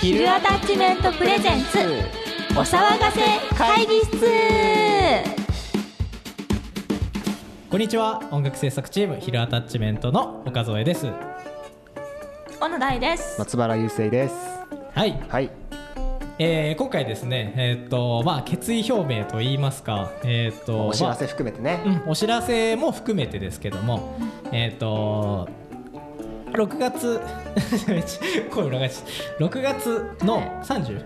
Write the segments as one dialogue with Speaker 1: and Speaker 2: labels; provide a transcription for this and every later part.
Speaker 1: ヒルアタッチメントプレゼンツお騒がせ会議室
Speaker 2: こんにちは音楽制作チームヒルアタッチメントの岡添です
Speaker 1: 小野大です
Speaker 3: 松原雄生です。
Speaker 2: はい、
Speaker 3: はい。
Speaker 2: えー、今回ですねえーっ、とまあ決意表明といいますかえーっ、と
Speaker 3: お知ら
Speaker 2: ま
Speaker 3: せ含めてね
Speaker 2: あ。うんお知らせも含めてですけどもえーっ、と6月 声裏返し6月の 30?
Speaker 3: い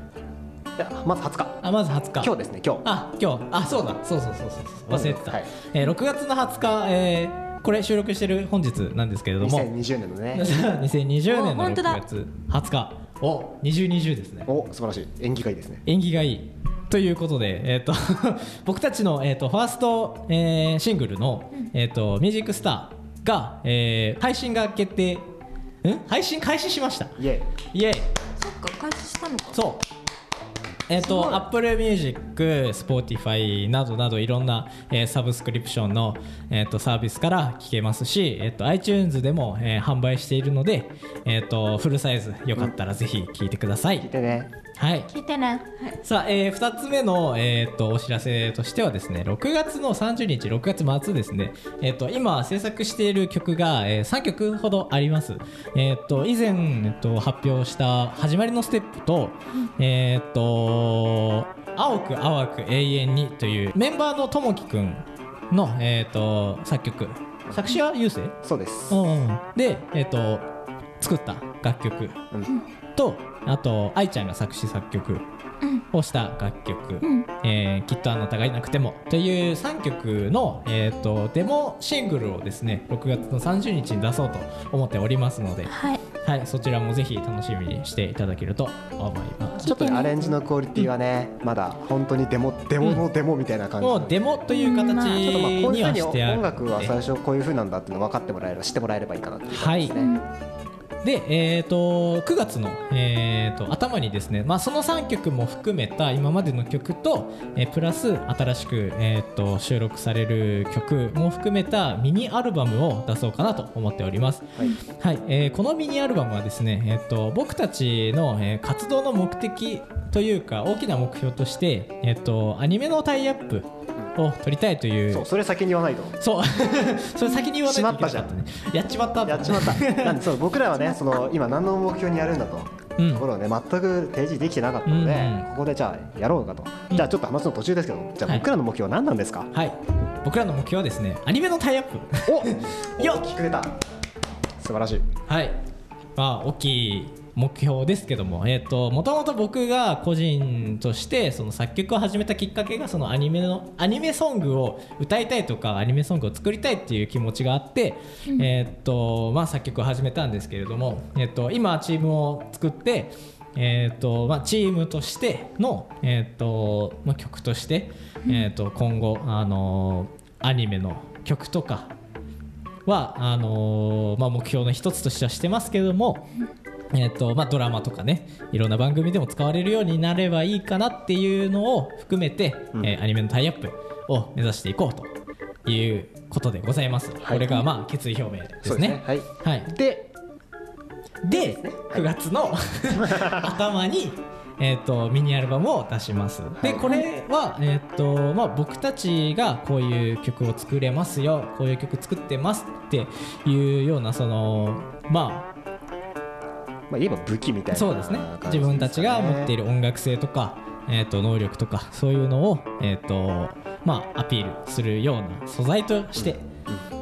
Speaker 3: やまず20日。
Speaker 2: あまず20日
Speaker 3: 今日ですね。今日。
Speaker 2: あ今日あそうだそうそうそうそうそう忘れてた、
Speaker 3: はい
Speaker 2: えー6月の20日、えーこれ収録してる本日なんですけれども
Speaker 3: 2020年のね。
Speaker 2: 2020年
Speaker 1: お
Speaker 2: の
Speaker 1: 本当
Speaker 2: 6
Speaker 1: だ
Speaker 2: 月20日お2020ですね
Speaker 3: お素晴らしい演技会ですね。
Speaker 2: 縁起がいいということで、えー、と 僕たちの、えー、とファースト、えーシングルの「えー、とミュージックスターが、えー配信が決定ん配信開始しました
Speaker 3: イエ
Speaker 2: イエイ
Speaker 1: そっか開始したのか
Speaker 2: そうえっ、と Apple Music、Spotify などなどいろんな、えーサブスクリプションの、えー、とサービスから聞けますし、えー、と iTunes でも、えー販売しているので、えー、とフルサイズよかったらぜひ聞いてください、
Speaker 3: イ。聞いてね。
Speaker 2: はい
Speaker 1: 聞いてね
Speaker 2: さあ、えー、2つ目の、えー、とお知らせとしてはですね6月の30日6月末ですね、えー、と今制作している曲が、え3曲ほどあります、えー、と以前、えー、と発表した「始まりのステップと」えー、と「青く淡く永遠に」というメンバーのともきくんの、えー、と作曲作詞はゆうせい
Speaker 3: そうです。
Speaker 2: うんで、えー、と作った楽曲
Speaker 3: うん。
Speaker 2: とあと愛ちゃんが作詞作曲をした楽曲「
Speaker 1: ん
Speaker 2: えーきっとあなたがいなくても」という3曲の、えー、とデモシングルをですね6月の30日に出そうと思っておりますので、
Speaker 1: はい
Speaker 2: はい、そちらもぜひ楽しみにしていただけると思います。
Speaker 3: ちょっとねアレンジのクオリティはね、まだ本当にデモデモのデモみたいな感じな
Speaker 2: も
Speaker 3: ん
Speaker 2: う
Speaker 3: で。
Speaker 2: デモという形
Speaker 3: ちょっとまあこうい
Speaker 2: に
Speaker 3: うふう
Speaker 2: は
Speaker 3: に
Speaker 2: してある
Speaker 3: 音
Speaker 2: ので
Speaker 3: 楽は最初こういうふうなんだっていうの分かってもらえれば知ってもらえればいいかなっていう
Speaker 2: はい、で、えー、と9月の、えー、と頭にですね、まあ、その3曲も含めた今までの曲と、えープラス新しく、えー、と収録される曲も含めたミニアルバムを出そうかなと思っております、
Speaker 3: はい
Speaker 2: はいえーこのミニアルバムはですね、えー、と僕たちの、えー活動の目的というか大きな目標として、えー、とアニメのタイアップを撮りたいという、
Speaker 3: そうそれ先に言わないと。
Speaker 2: そう それ先に言わないといけなかったねやっちまった
Speaker 3: やっちまった。なんでそう僕らはねその今何の目標にやるんだと。
Speaker 2: うん
Speaker 3: ところをね全く提示できてなかったので、
Speaker 2: うんうん
Speaker 3: ここでじゃあやろうかと、
Speaker 2: うん
Speaker 3: じゃあちょっと話の途中ですけどじゃ
Speaker 2: は
Speaker 3: あ
Speaker 2: い
Speaker 3: 僕らの目標は何なんですか、
Speaker 2: はい僕らの目標はですねアニメのタイアップ
Speaker 3: お
Speaker 2: よっ
Speaker 3: 大きく出た素晴らしい
Speaker 2: はいまあ大きい目標ですけどもえっ、ともともと僕が個人としてその作曲を始めたきっかけがそのアニメのアニメソングを歌いたいとかアニメソングを作りたいっていう気持ちがあって、えっ、とまあ作曲を始めたんですけれどもえっ、と今チームを作ってえーとまあ、チームとしての、えーとまあ、曲として、えー、と今後、あのーアニメの曲とかはあのーまあ、目標の一つとしてはしてますけども、えーとまあ、ドラマとかねいろんな番組でも使われるようになればいいかなっていうのを含めて、
Speaker 3: うん
Speaker 2: えーアニメのタイアップを目指していこうということでございます、
Speaker 3: はい
Speaker 2: これがまあ決意表明ですね。
Speaker 3: はい
Speaker 2: はい、
Speaker 3: で
Speaker 2: で9月の頭に、えー、とミニアルバムを出します、
Speaker 3: はい
Speaker 2: でこれは、えーとまあ、僕たちがこういう曲を作れますよこういう曲作ってますっていうようなそのま
Speaker 3: まあ言えば武器みたい
Speaker 2: あ
Speaker 3: な
Speaker 2: そうですね
Speaker 3: 感じ
Speaker 2: 自分たちが持ってい
Speaker 3: る
Speaker 2: る音楽性とか、えー、と能力とかそういうのを、えーとまあ、アピールするような素材として、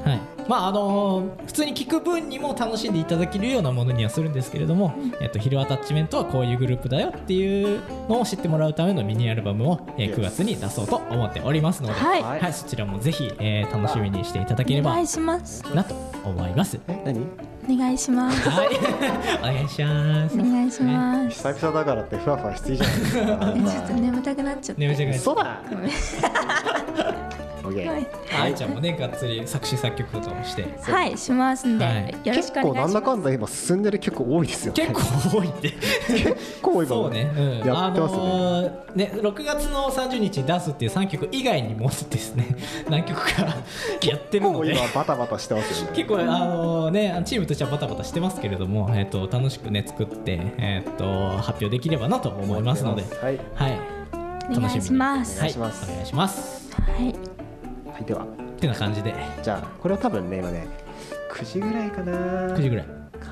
Speaker 2: はいまああのー普通に聞く分にも楽しんでいただけるようなものにはするんですけれども、えっと、ヒルアタッチメントはこういうグループだよっていうのを知ってもらうためのミニアルバムを、えー
Speaker 3: Yes
Speaker 2: 9月に出そうと思っておりますので、
Speaker 1: はい
Speaker 3: はい
Speaker 2: そちらもぜひ、えー楽しみにしていただけれ
Speaker 1: お
Speaker 2: ば
Speaker 1: 願いします
Speaker 2: なと思います。
Speaker 3: え何
Speaker 1: お願いします
Speaker 2: はいお願いします
Speaker 1: お。願いします
Speaker 3: 久々だからってふわふ わしすぎじゃないですか
Speaker 1: えちょっと眠たくなっちゃった
Speaker 2: 眠ちゃくなっちゃ
Speaker 3: 嘘
Speaker 2: った
Speaker 3: だう OK、
Speaker 1: はい、
Speaker 2: 愛ちゃんもねがっつり作詞作曲とかもして
Speaker 1: はい、しますんで、
Speaker 2: はい
Speaker 1: よろし
Speaker 3: 結
Speaker 1: くお
Speaker 3: 構な
Speaker 1: 願い
Speaker 3: ん
Speaker 1: し
Speaker 3: だ
Speaker 1: ます。
Speaker 3: かんだ今進んでる曲多いですよね
Speaker 2: 結構多いって
Speaker 3: 結構今
Speaker 2: そうね、うん、
Speaker 3: やってますね,、
Speaker 2: あのーね6月の30日に出すっていう3曲以外にもですね 何曲かやってる
Speaker 3: も
Speaker 2: の
Speaker 3: う
Speaker 2: で
Speaker 3: 今バタバタしてますよね
Speaker 2: 結構あのーねチームとしてはバタバタしてますけれども、えっと楽しくね作って、えっと発表できればなと思いますので
Speaker 3: はい、は
Speaker 2: はい
Speaker 1: お願いします。
Speaker 3: お願いします
Speaker 2: はい、お願いします
Speaker 1: はい、
Speaker 3: い、では
Speaker 2: ってな感じで
Speaker 3: じゃあこれは多分ね今ね9時ぐらいかな
Speaker 2: 9時ぐらい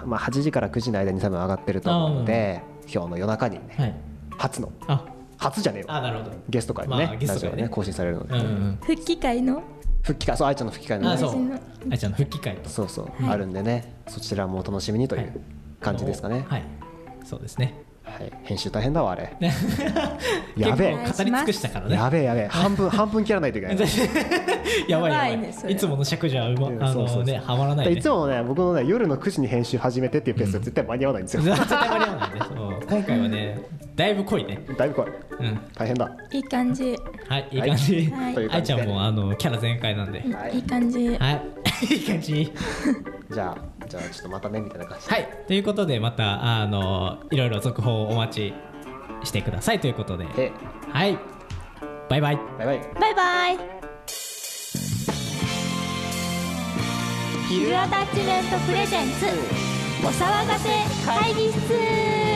Speaker 3: まあ、8時から9時の間に多分上がってると思うので今日の夜中にね、
Speaker 2: はい
Speaker 3: 初の
Speaker 2: あ
Speaker 3: 初じゃねえ
Speaker 2: あ
Speaker 3: わ
Speaker 2: なるほど
Speaker 3: ゲスト会のね、
Speaker 2: まあゲスト会
Speaker 3: ラ
Speaker 2: ね
Speaker 3: ジオが更新されるので、
Speaker 2: うんうん
Speaker 1: 復帰会の
Speaker 3: 復帰会そう愛ちゃんの復帰会
Speaker 2: うん
Speaker 3: の
Speaker 2: あ
Speaker 3: ね
Speaker 2: そう
Speaker 1: 私の
Speaker 2: 愛ちゃんの復帰会と
Speaker 3: そうそう、あるんでねそちらもお楽しみにとい
Speaker 2: はいう
Speaker 3: 感じですかね、
Speaker 2: はいそうですね
Speaker 3: はい編集大変だわあれやべえ
Speaker 2: 結構語り尽くしたからね
Speaker 3: やべえやべえ半 分半分切らないといけない
Speaker 2: やばいやばい
Speaker 1: やばいねそれ
Speaker 2: いつもの尺じゃうま、
Speaker 3: うん
Speaker 2: あ
Speaker 3: そうそ
Speaker 2: の
Speaker 3: う
Speaker 2: ねはまらない、ね、
Speaker 3: いつもね僕のね夜の9時に編集始めてっていうペースは絶対間に合わないんですよ、
Speaker 2: 絶対間に合わないねそう今回はねだいぶ濃いね
Speaker 3: だいぶ怖い
Speaker 2: うん
Speaker 3: 大変だ
Speaker 1: いい感じ、
Speaker 2: はいいい感じ
Speaker 1: はい
Speaker 3: という
Speaker 2: 愛
Speaker 3: 感
Speaker 2: ち
Speaker 3: じ
Speaker 2: ゃ
Speaker 3: で
Speaker 2: んもあのキャラ全開なんで
Speaker 3: はい
Speaker 1: い、い感じ。
Speaker 2: はいい い感じ
Speaker 3: じゃあじゃあちょっとまたねみたいな感じで
Speaker 2: はいということでまたあのいろいろ続報をお待ちしてくださいということで
Speaker 3: で
Speaker 2: はいバイバイ
Speaker 3: バイバイ
Speaker 1: バイバイ。ヒルアタッチメントプレゼンツお騒がせ会議室。